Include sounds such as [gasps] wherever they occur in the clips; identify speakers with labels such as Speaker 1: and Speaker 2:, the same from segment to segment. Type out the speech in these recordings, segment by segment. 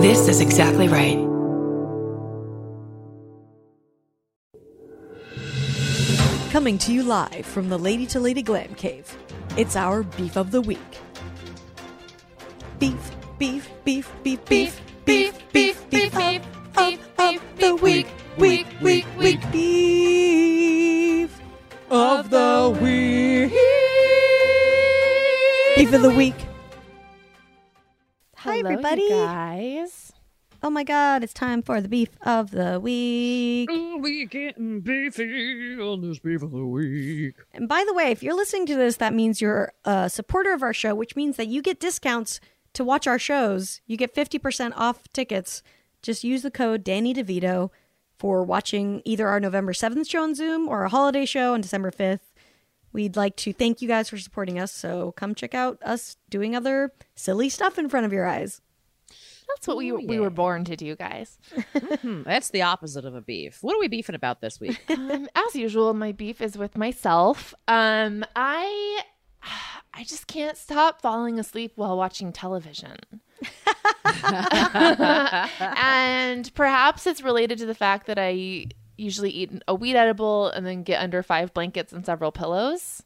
Speaker 1: This is exactly right.
Speaker 2: Coming to you live from the Lady to Lady Glam Cave, it's our Beef of the Week. Beef, beef, beef, beef, beef, beef, beef, beef, beef, beef, of the week, week, week, week, beef of the week. Beef of the week. Hi,
Speaker 3: Hello, you
Speaker 2: everybody.
Speaker 3: guys.
Speaker 2: Oh my god, it's time for the beef of the week.
Speaker 4: We getting beefy on this beef of the week.
Speaker 2: And by the way, if you're listening to this, that means you're a supporter of our show, which means that you get discounts to watch our shows. You get 50% off tickets. Just use the code Danny DeVito for watching either our November 7th show on Zoom or our holiday show on December 5th. We'd like to thank you guys for supporting us. So come check out us doing other silly stuff in front of your eyes.
Speaker 3: That's what we we were born to do, guys.
Speaker 4: Hmm, that's the opposite of a beef. What are we beefing about this week?
Speaker 3: Um, as usual, my beef is with myself. Um, I [sighs] I just can't stop falling asleep while watching television. and perhaps it's related to the fact that I usually eat a weed edible and then get under five blankets and several pillows.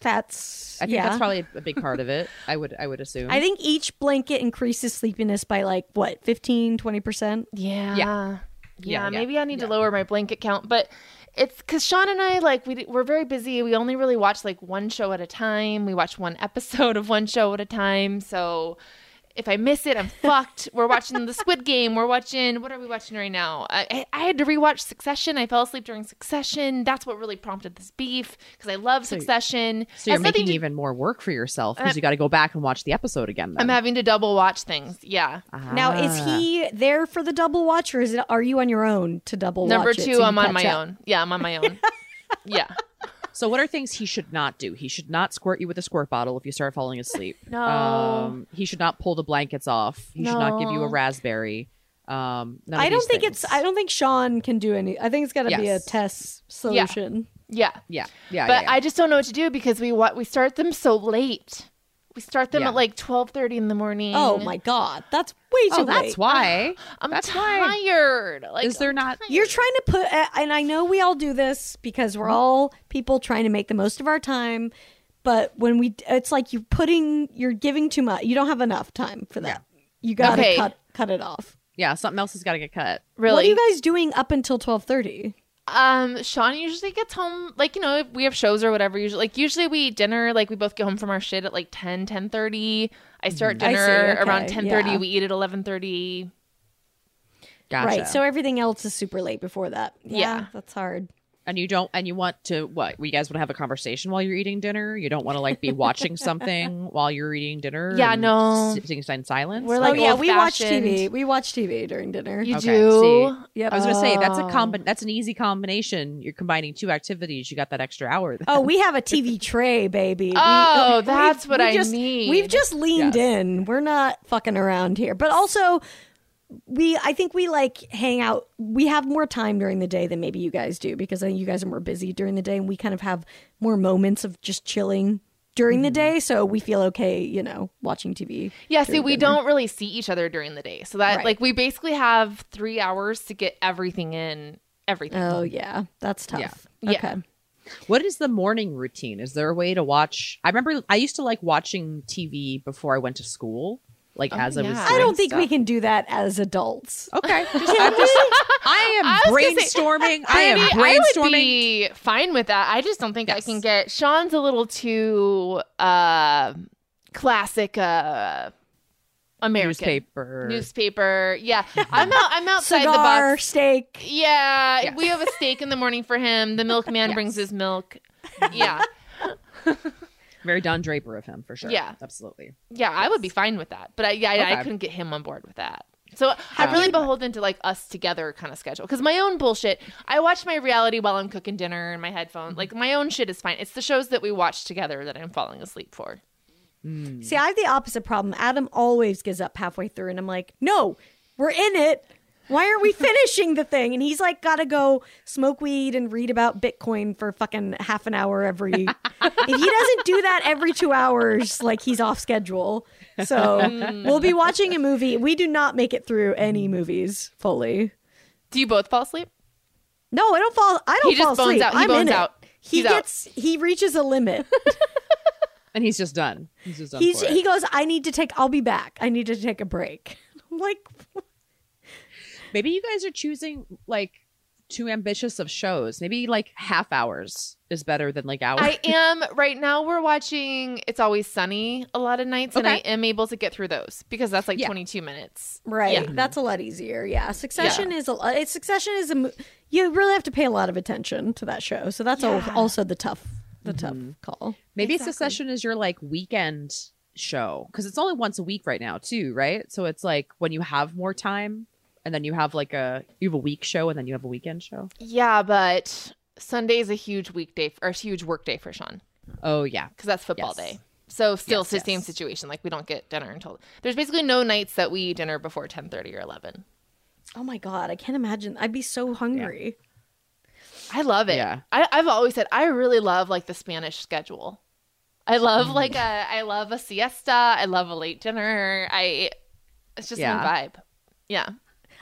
Speaker 2: That's
Speaker 4: I think
Speaker 2: yeah.
Speaker 4: that's probably a big part of it. I would I would assume.
Speaker 2: I think each blanket increases sleepiness by like what, 15, 20%?
Speaker 3: Yeah.
Speaker 4: Yeah.
Speaker 3: Yeah.
Speaker 4: Yeah, yeah,
Speaker 3: maybe I need to lower my blanket count, but it's because Sean and I like we we're very busy. We only really watch like one show at a time. We watch one [laughs] episode of one show at a time. So if I miss
Speaker 4: [laughs]
Speaker 3: it, I'm fucked. We're watching the Squid Game. We're watching what are we watching right now? I, I- I had to rewatch Succession. I fell asleep during Succession. That's what really prompted this beef because I love Succession.
Speaker 4: so you're
Speaker 3: Has nothing
Speaker 4: making
Speaker 3: to-
Speaker 4: even more work for yourself
Speaker 3: Uh,
Speaker 4: because you got to go back and watch the episode again. Then.
Speaker 3: I'm having to double watch things. Yeah.
Speaker 2: Now is
Speaker 4: Ah.
Speaker 2: he there for the double watch, or is it? Are you on your own to double
Speaker 3: Number
Speaker 2: watch? it
Speaker 3: two,
Speaker 2: so you
Speaker 3: I'm on
Speaker 2: catch
Speaker 3: my
Speaker 2: up?
Speaker 3: own. Yeah, I'm on my
Speaker 4: [laughs]
Speaker 3: own. yeah.
Speaker 4: So what are things he should not do? He should not squirt you with a squirt bottle if you start falling asleep. Um,
Speaker 3: No.
Speaker 4: he should not pull the blankets off. He should not give you a
Speaker 3: No.
Speaker 4: raspberry. Um, none of
Speaker 2: I don't
Speaker 4: these
Speaker 2: think
Speaker 4: things.
Speaker 2: it's. I don't think Sean can do any. I think it's got to be a
Speaker 4: Yes.
Speaker 2: test solution.
Speaker 3: Yeah.
Speaker 4: Yeah, yeah.
Speaker 3: but
Speaker 4: yeah, yeah.
Speaker 3: I just don't know what to do because we wa- we start them so late. We start them
Speaker 4: Yeah.
Speaker 3: at like twelve thirty in the morning.
Speaker 2: Oh my god, that's way too
Speaker 4: Mm-hmm. oh, that's
Speaker 2: late.
Speaker 4: why.
Speaker 2: uh,
Speaker 3: I'm
Speaker 4: that's why.
Speaker 3: tired. Like,
Speaker 4: Is there not?
Speaker 2: You're trying to put, uh, and I know we all do this because
Speaker 3: Mm-hmm.
Speaker 2: we're all people trying to make the most of our time. But when we, it's like you're putting, you're giving too much. You don't have enough time for that. You got to
Speaker 3: Okay.
Speaker 2: cut cut it off.
Speaker 4: Yeah, something else has got to get cut.
Speaker 3: really?
Speaker 2: What are you guys doing up until twelve thirty?
Speaker 3: um, Sean usually gets home like you know if we have shows or whatever. Usually, like usually we eat dinner. Like we both get home from our shit at like 10, 10.30. I start
Speaker 2: Mm. I see,
Speaker 3: dinner around
Speaker 2: okay,
Speaker 3: ten thirty.
Speaker 2: yeah.
Speaker 3: We eat at eleven thirty.
Speaker 4: Gotcha.
Speaker 2: Right. So everything else is super late before that. yeah
Speaker 3: Yeah.
Speaker 2: that's hard.
Speaker 4: and you don't, and you want to what? You guys want to have a conversation while you're eating dinner. You don't want to
Speaker 3: [laughs]
Speaker 4: like be watching something while you're eating dinner.
Speaker 3: Yeah,
Speaker 4: and
Speaker 3: no.
Speaker 4: Sitting in silence.
Speaker 3: We're
Speaker 2: Oh
Speaker 3: like,
Speaker 2: yeah, we watch
Speaker 3: old-fashioned.
Speaker 2: TV. We watch TV during dinner.
Speaker 3: You
Speaker 4: Okay,
Speaker 3: do.
Speaker 4: see.
Speaker 2: Yep.
Speaker 4: I was gonna say that's a
Speaker 3: Oh.
Speaker 4: combi- that's an easy combination. You're combining two activities. You got that extra hour.
Speaker 2: oh, we have a TV tray, baby. We-
Speaker 3: Oh, that's
Speaker 2: we've-
Speaker 3: what
Speaker 2: we
Speaker 3: I
Speaker 2: just,
Speaker 3: need.
Speaker 2: We've just leaned
Speaker 4: Yes.
Speaker 2: in. We're not fucking around here. But also, we I think we like hang out. We have more time during the day than maybe you guys do because I think you guys are more busy during the day, and we kind of have more moments of just chilling during the
Speaker 3: Mm-hmm.
Speaker 2: day. So we feel okay, you know, watching TV.
Speaker 3: Yeah, see,
Speaker 2: during
Speaker 3: we
Speaker 2: dinner.
Speaker 3: don't really see each other during the day. So that,
Speaker 2: Right.
Speaker 3: like, we basically have three hours to get everything in, everything.
Speaker 2: Oh yeah, that's tough.
Speaker 3: Yeah. Yeah.
Speaker 2: Okay.
Speaker 4: What is the morning routine? Is there a way to watch? I remember I used to like watching TV before I went to school, like as I was.
Speaker 3: Oh, yeah.
Speaker 2: I
Speaker 4: doing
Speaker 2: don't think we
Speaker 4: stuff.
Speaker 2: can do that as adults.
Speaker 4: Okay, just, I'm just, I
Speaker 3: [laughs]
Speaker 4: am
Speaker 3: I was gonna say,
Speaker 4: brainstorming. I am
Speaker 3: Brandy, I would
Speaker 4: brainstorming.
Speaker 3: be fine with that. I just don't think I can
Speaker 4: Yes.
Speaker 3: get. Sean's a little too uh, classic uh, American
Speaker 4: newspaper.
Speaker 3: Newspaper. Yeah, I'm out.
Speaker 4: [laughs]
Speaker 3: I'm outside the
Speaker 2: Cigar,
Speaker 3: box.
Speaker 2: steak.
Speaker 3: Yeah,
Speaker 4: Yes.
Speaker 3: we have a steak in the morning for him. The
Speaker 4: [laughs]
Speaker 3: milkman brings his milk. Yeah,
Speaker 4: Very Don Draper of him for sure.
Speaker 3: Yeah.
Speaker 4: absolutely.
Speaker 3: yeah, I would be fine with that. But I, yeah, I- I
Speaker 4: Okay.
Speaker 3: couldn't get him on board with that. So I'm really beholden to like us together kind of schedule because my own bullshit. I watch my reality while I'm cooking dinner in my headphone. Like my own shit is fine. It's the shows that we watch together that I'm falling asleep for.
Speaker 2: See, I have the opposite problem. Adam always gives up halfway through, and I'm like, no, we're in it. Why
Speaker 3: [laughs]
Speaker 2: aren't we finishing the thing? And he's like, gotta go smoke weed and read about Bitcoin for fucking half an hour
Speaker 3: [laughs]
Speaker 2: every. if he doesn't do that every two hours, like he's off schedule. So
Speaker 3: Mm.
Speaker 2: we'll be watching a movie. We do not make it through any movies fully.
Speaker 3: Do you both fall asleep?
Speaker 2: No, I don't fall. I don't
Speaker 3: He just
Speaker 2: fall
Speaker 3: bones
Speaker 2: asleep.
Speaker 3: out. He
Speaker 2: I'm in
Speaker 3: bones
Speaker 2: it.
Speaker 3: out.
Speaker 2: He
Speaker 3: He's out.
Speaker 2: gets. He reaches a limit.
Speaker 4: and he's just done. He's just done.
Speaker 2: He's,
Speaker 4: for it.
Speaker 2: he goes. I need to take. I'll be back. I need to take a break. [laughs] I'm like,
Speaker 4: Maybe you guys are choosing like too ambitious of shows. Maybe like half hours is better than like hours.
Speaker 3: I am right now. We're watching It's Always Sunny a lot of nights, and I
Speaker 4: Okay.
Speaker 3: am able to get through those because that's like
Speaker 4: Yeah.
Speaker 3: 22 minutes.
Speaker 2: Right.
Speaker 3: Yeah.
Speaker 2: That's a lot easier. Yeah. Succession is a lot. it's- Succession is a. mo- You really have to pay a lot of attention to that show. So that's al-
Speaker 3: Yeah.
Speaker 2: also the tough, the tough call.
Speaker 4: Maybe
Speaker 3: Exactly.
Speaker 4: Succession is your like weekend show because it's only once a week right now too, right? So it's like when you have more time, and then you have like a you have a week show, and then you have a weekend show.
Speaker 3: Yeah, but Sunday is a huge weekday or a huge work day for Sean
Speaker 4: Oh yeah,
Speaker 3: because that's football
Speaker 4: Yes.
Speaker 3: day. So still
Speaker 4: Yes,
Speaker 3: it's the same
Speaker 4: yes.
Speaker 3: situation. Like we don't get dinner until there's basically no nights that we eat dinner before 10:30 or 11.
Speaker 2: Oh my god, I can't imagine. I'd be so hungry.
Speaker 3: I love it.
Speaker 4: Yeah.
Speaker 3: I, I've always said I really love like the Spanish schedule. I love like a I love a siesta. I love a late dinner. I it's just
Speaker 4: Yeah.
Speaker 3: my vibe. Yeah.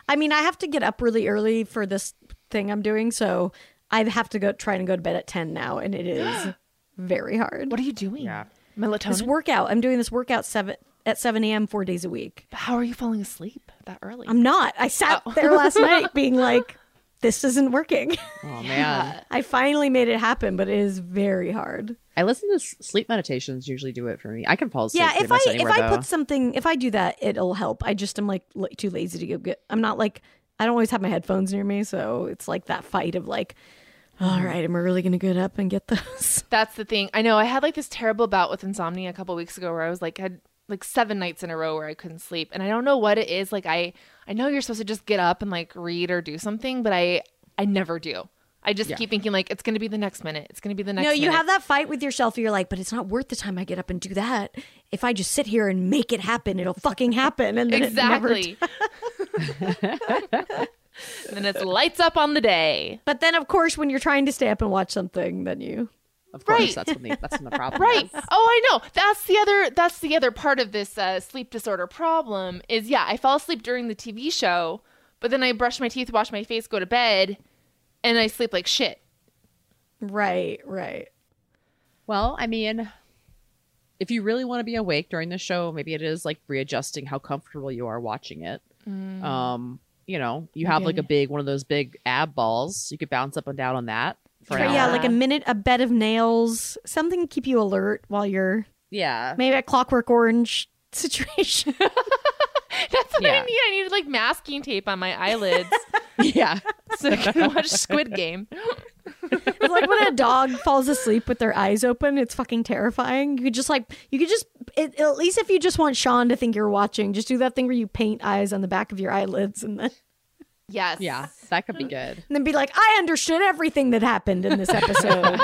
Speaker 2: I mean, I have to get up really early for this thing I'm doing, so I have to go try and go to bed at ten now, and it [gasps] is very hard.
Speaker 3: What are you doing?
Speaker 4: Yeah.
Speaker 3: Melatonin.
Speaker 2: this workout? I'm doing this workout seven at seven a.m. four days a week.
Speaker 3: How are you falling asleep that early?
Speaker 2: I'm not. I sat
Speaker 3: Oh.
Speaker 2: there [laughs] last night being like, "This isn't working."
Speaker 4: oh man.
Speaker 2: I finally made it happen, but it is very hard.
Speaker 4: I listen to s- sleep meditations. Usually do it for me. I can fall asleep.
Speaker 2: Yeah,
Speaker 4: pretty
Speaker 2: if I
Speaker 4: much anywhere,
Speaker 2: if I
Speaker 4: though.
Speaker 2: put something, if I do that, it'll help. I just am like l- too lazy to go get. I'm not like I don't always have my headphones near me, so it's like that fight of like, all right, am I really gonna get up and get [laughs] those?
Speaker 3: That's the thing. I know I had like this terrible bout with insomnia a couple weeks ago where I was like had like seven nights in a row where I couldn't sleep. And I don't know what it is. Like I I know you're supposed to just get up and like read or do something, but I I never do. I just
Speaker 4: Yeah.
Speaker 3: keep thinking like it's going to be the next minute. It's going to be the next
Speaker 2: No, you
Speaker 3: minute.
Speaker 2: have that fight with yourself. You're like, but it's not worth the time I get up and do that. If I just sit here and make it happen, it'll fucking happen. And then It never
Speaker 3: Exactly. [laughs] and then it's lights up on the day.
Speaker 2: but then, of course, when you're trying to stay up and watch something, then you
Speaker 4: of course,
Speaker 3: Right.
Speaker 4: that's when the, that's
Speaker 2: [laughs]
Speaker 4: when the problem.
Speaker 3: right
Speaker 4: is.
Speaker 3: oh i know that's the other that's the other part of this uh, sleep disorder problem is yeah i fell asleep during the tv show but then i brush my teeth wash my face go to bed and i sleep like shit
Speaker 2: right, right.
Speaker 4: Well, I mean, if you really want to be awake during the show, maybe it is like readjusting how comfortable you are watching it.
Speaker 3: Mm.
Speaker 4: Um, you know, you have like a big one of those big ab balls. You could bounce up and down on that for an
Speaker 2: Try- yeah,
Speaker 4: hour.
Speaker 2: like a minute, a bed of nails, something to keep you alert while you're [laughs]
Speaker 4: yeah. [laughs]
Speaker 2: maybe a clockwork orange [laughs] situation.
Speaker 3: that's what
Speaker 4: Yeah.
Speaker 3: i need i needed like masking tape on my eyelids [laughs]
Speaker 4: Yeah.
Speaker 3: so i
Speaker 4: [laughs]
Speaker 3: can watch squid game
Speaker 2: [laughs] it's like when a dog falls asleep with their eyes open, it's fucking terrifying. You could just like you could just it, at least if you just want Sean to think you're watching, just do that thing where you paint eyes on the back of your eyelids and then
Speaker 3: yes
Speaker 4: Yeah. That could be good.
Speaker 2: and then be like, I understood everything that happened in this [laughs] episode.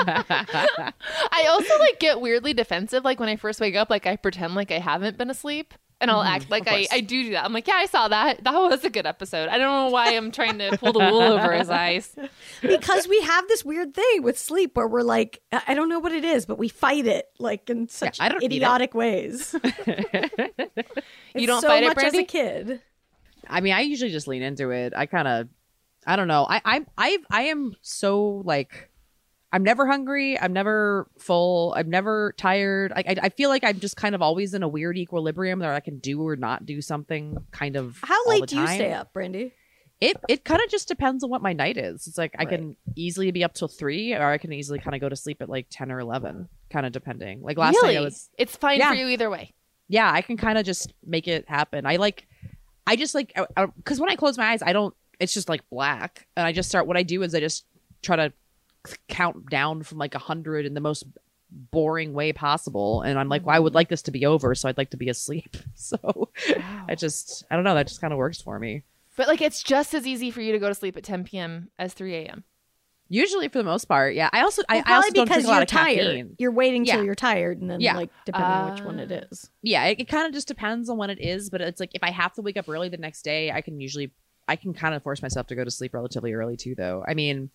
Speaker 3: i also like get weirdly defensive like when i first wake up like i pretend like i haven't been asleep and I'll act like I,
Speaker 4: Mm-hmm. course.
Speaker 3: I do do that. I'm like, yeah, I saw that. That was a good episode. I don't know why I'm trying to pull the
Speaker 4: [laughs]
Speaker 3: wool over his eyes.
Speaker 2: because we have this weird thing with sleep where we're like, I I don't know what it is, but we fight it like in such
Speaker 4: I don't need it.
Speaker 2: idiotic
Speaker 4: [laughs]
Speaker 2: ways. [laughs]
Speaker 3: You
Speaker 2: It's
Speaker 3: don't
Speaker 2: so
Speaker 3: fight it,
Speaker 2: much as a
Speaker 3: Brandy?
Speaker 2: kid.
Speaker 4: I mean, I usually just lean into it. I kind of, I don't know. I, I, I, I am so like, I'm never hungry. I'm never full. I'm never tired. Like, I, I feel like I'm just kind of always in a weird equilibrium that I can do or not do something. Kind of.
Speaker 2: How
Speaker 4: all
Speaker 2: late
Speaker 4: the
Speaker 2: do you
Speaker 4: time.
Speaker 2: stay up, Brandy?
Speaker 4: It, it kind of just depends on what my night is. It's like I can easily be up till three, or I can easily kind of go to sleep at like ten or eleven, kind of depending. Like last night, I was
Speaker 3: It's fine
Speaker 4: Yeah.
Speaker 3: for you either way.
Speaker 4: yeah, I can kind of just make it happen. I like, I just like, because when I close my eyes, I don't, it's just like black. And I just start, what I do is I just try to count down from like a 100 in the most boring way possible. And I'm like, well, I would like this to be over. So I'd like to be asleep. [laughs] So I just, I don't know. That just kind of works for me.
Speaker 3: But like it's just as easy for you to go to sleep at 10 p.m. as 3 [laughs] a.m.
Speaker 4: Usually for the most part. Yeah. I also, I,
Speaker 2: Well,
Speaker 4: I also
Speaker 2: probably
Speaker 4: don't drink
Speaker 2: because
Speaker 4: a lot
Speaker 2: you're
Speaker 4: of
Speaker 2: tired.
Speaker 4: caffeine.
Speaker 2: You're waiting till
Speaker 4: Yeah.
Speaker 2: you're tired, and then
Speaker 4: Yeah. Uh,
Speaker 2: like depending on which one it is.
Speaker 4: yeah it, it kind of just depends on when it is but it's like if i have to wake up early the next day i can usually I can kind of force myself to go to sleep relatively early too, though. I mean,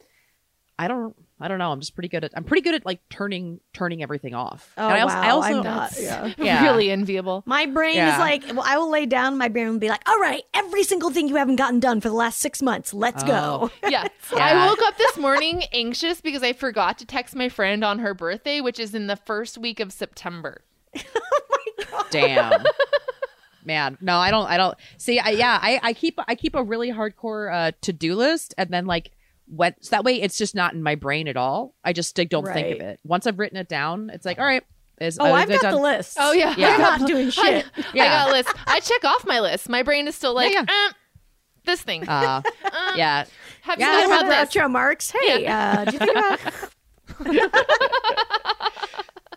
Speaker 4: I don't, I don't know. I'm just pretty good at, I'm pretty good at like turning, turning everything off.
Speaker 2: Oh,
Speaker 4: And I also, I
Speaker 2: wow,
Speaker 4: also
Speaker 2: I'm not-
Speaker 4: [laughs]
Speaker 2: [laughs]
Speaker 3: That's
Speaker 2: yeah.
Speaker 4: Yeah.
Speaker 3: really enviable.
Speaker 2: My brain
Speaker 4: Yeah.
Speaker 2: is like, well, I will lay down. My brain will be like, all right, every single thing you haven't gotten done for the last six months, let's
Speaker 4: Oh.
Speaker 2: go.
Speaker 3: Yeah.
Speaker 4: [laughs] Yeah.
Speaker 3: I woke up this morning anxious because I forgot to text my friend on her birthday, which is in the first week of September.
Speaker 4: Damn. Man, no, I don't. I don't see. I, yeah, I, I keep I keep a really hardcore uh, to do list, and then like when so that way it's just not in my brain at all. I just like, don't think of
Speaker 2: Right.
Speaker 4: it. Once I've written it down, it's like all right. Is
Speaker 2: Oh,
Speaker 4: uh,
Speaker 2: I've
Speaker 4: is it
Speaker 2: got the
Speaker 4: done?
Speaker 2: list.
Speaker 3: Oh, yeah.
Speaker 4: Yeah.
Speaker 2: I'm not
Speaker 4: [laughs]
Speaker 2: doing shit.
Speaker 4: Yeah.
Speaker 3: I got a list. I check off my list. My brain is still like,
Speaker 4: Yeah,
Speaker 3: Um, this thing.
Speaker 4: Uh,
Speaker 3: Um,
Speaker 4: yeah,
Speaker 3: Have
Speaker 4: Yeah,
Speaker 3: you
Speaker 2: I
Speaker 3: thought
Speaker 2: remember
Speaker 3: about this?
Speaker 2: outro marks. Hey, uh, do you think about?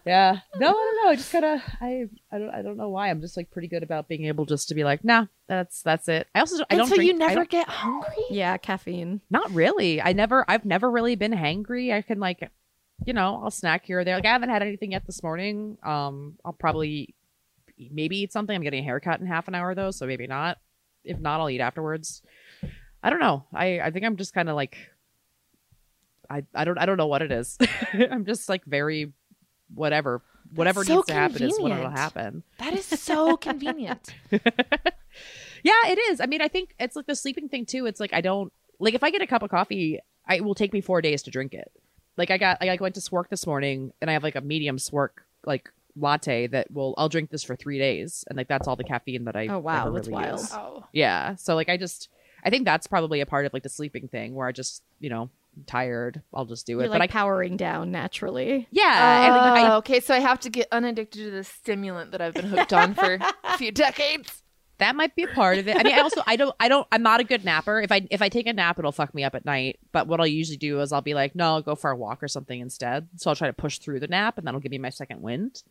Speaker 4: yeah. No, I don't know. I just gotta. I I don't. I don't know why. I'm just like pretty good about being able just to be like, nah, that's that's it. I also don't, I
Speaker 3: And
Speaker 4: don't.
Speaker 3: so
Speaker 4: drink,
Speaker 3: you
Speaker 4: I
Speaker 3: never
Speaker 4: don't-
Speaker 3: get hungry?
Speaker 2: yeah, caffeine.
Speaker 4: Not really. I never. I've never really been hangry. I can like, you know, I'll snack here or there. Like I haven't had anything yet this morning. Um, I'll probably eat- maybe eat something. I'm getting a haircut in half an hour though, so maybe not. If not, I'll eat afterwards. I don't know. I I think I'm just kind of like, I I don't I don't know what it is. [laughs] I'm just like very, whatever. Whatever
Speaker 3: so
Speaker 4: needs to happen is what it'll
Speaker 3: convenient.
Speaker 4: happen.
Speaker 3: That is so convenient.
Speaker 4: Yeah, it is. I mean, I think it's like the sleeping thing too. It's like I don't like if I get a cup of coffee, I it will take me four days to drink it. Like I got I like went to Swark this morning and I have like a medium Swark like latte that will I'll drink this for three days and like that's all the caffeine that I
Speaker 2: Oh, wow,
Speaker 4: ever
Speaker 2: that's
Speaker 4: really
Speaker 2: wild.
Speaker 3: [laughs]
Speaker 4: use.
Speaker 3: Oh.
Speaker 4: Yeah. So like I just I think that's probably a part of like the sleeping thing where I just you know I'm tired I'll just do it.
Speaker 2: You're
Speaker 4: but
Speaker 2: like
Speaker 4: I
Speaker 2: powering down naturally.
Speaker 4: yeah Uh, and I,
Speaker 3: Oh, okay, so I have to get unaddicted to the stimulant that I've been hooked on for a few decades.
Speaker 4: That might be a part of it. I mean, I also I don't I don't I'm not a good napper. If I if I take a nap, it'll fuck me up at night. But what I'll usually do is I'll be like, no, I'll go for a walk or something instead. So I'll try to push through the nap, and that'll give me my second wind.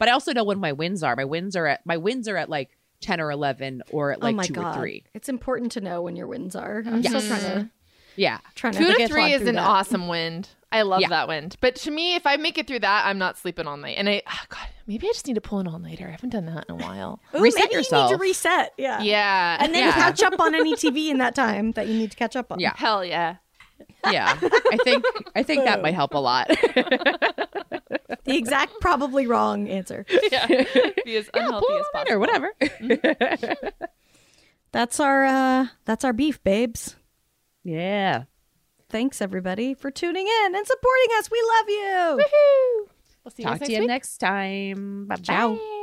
Speaker 4: But I also know when my winds are. My winds are at my winds are at like ten or eleven or at
Speaker 2: oh
Speaker 4: like
Speaker 2: my
Speaker 4: two
Speaker 2: god,
Speaker 4: or three.
Speaker 2: it's important to know when your wins are. I'm still trying to
Speaker 4: Yeah,
Speaker 2: trying
Speaker 3: Two
Speaker 2: to
Speaker 3: to
Speaker 2: get
Speaker 3: three is
Speaker 2: through
Speaker 3: an
Speaker 2: that.
Speaker 3: awesome wind. I love
Speaker 4: Yeah.
Speaker 3: that wind. But to me, if I make it through that, I'm not sleeping all night. And I, oh God, maybe I just need to pull an all nighter. I haven't done that in a while.
Speaker 2: Ooh,
Speaker 4: Reset
Speaker 2: maybe You need
Speaker 4: yourself.
Speaker 2: to reset. Yeah.
Speaker 3: yeah.
Speaker 2: And then
Speaker 4: Yeah.
Speaker 2: catch up on any TV in that time that you need to catch up on.
Speaker 4: Yeah.
Speaker 3: Hell yeah.
Speaker 4: yeah. I think I think that might help a lot.
Speaker 2: [laughs]
Speaker 4: [laughs]
Speaker 2: The exact probably wrong answer.
Speaker 3: Yeah. Be as unhealthy
Speaker 4: Pull
Speaker 3: as
Speaker 4: on it or
Speaker 3: possible.
Speaker 4: whatever.
Speaker 2: That's our uh that's our beef, babes.
Speaker 4: Yeah.
Speaker 2: Thanks everybody for tuning in and supporting us. We love you.
Speaker 3: Woohoo. We'll see you
Speaker 4: Talk
Speaker 3: guys
Speaker 4: to you
Speaker 3: next week.
Speaker 4: next time. Bye
Speaker 2: Ciao.
Speaker 4: bye.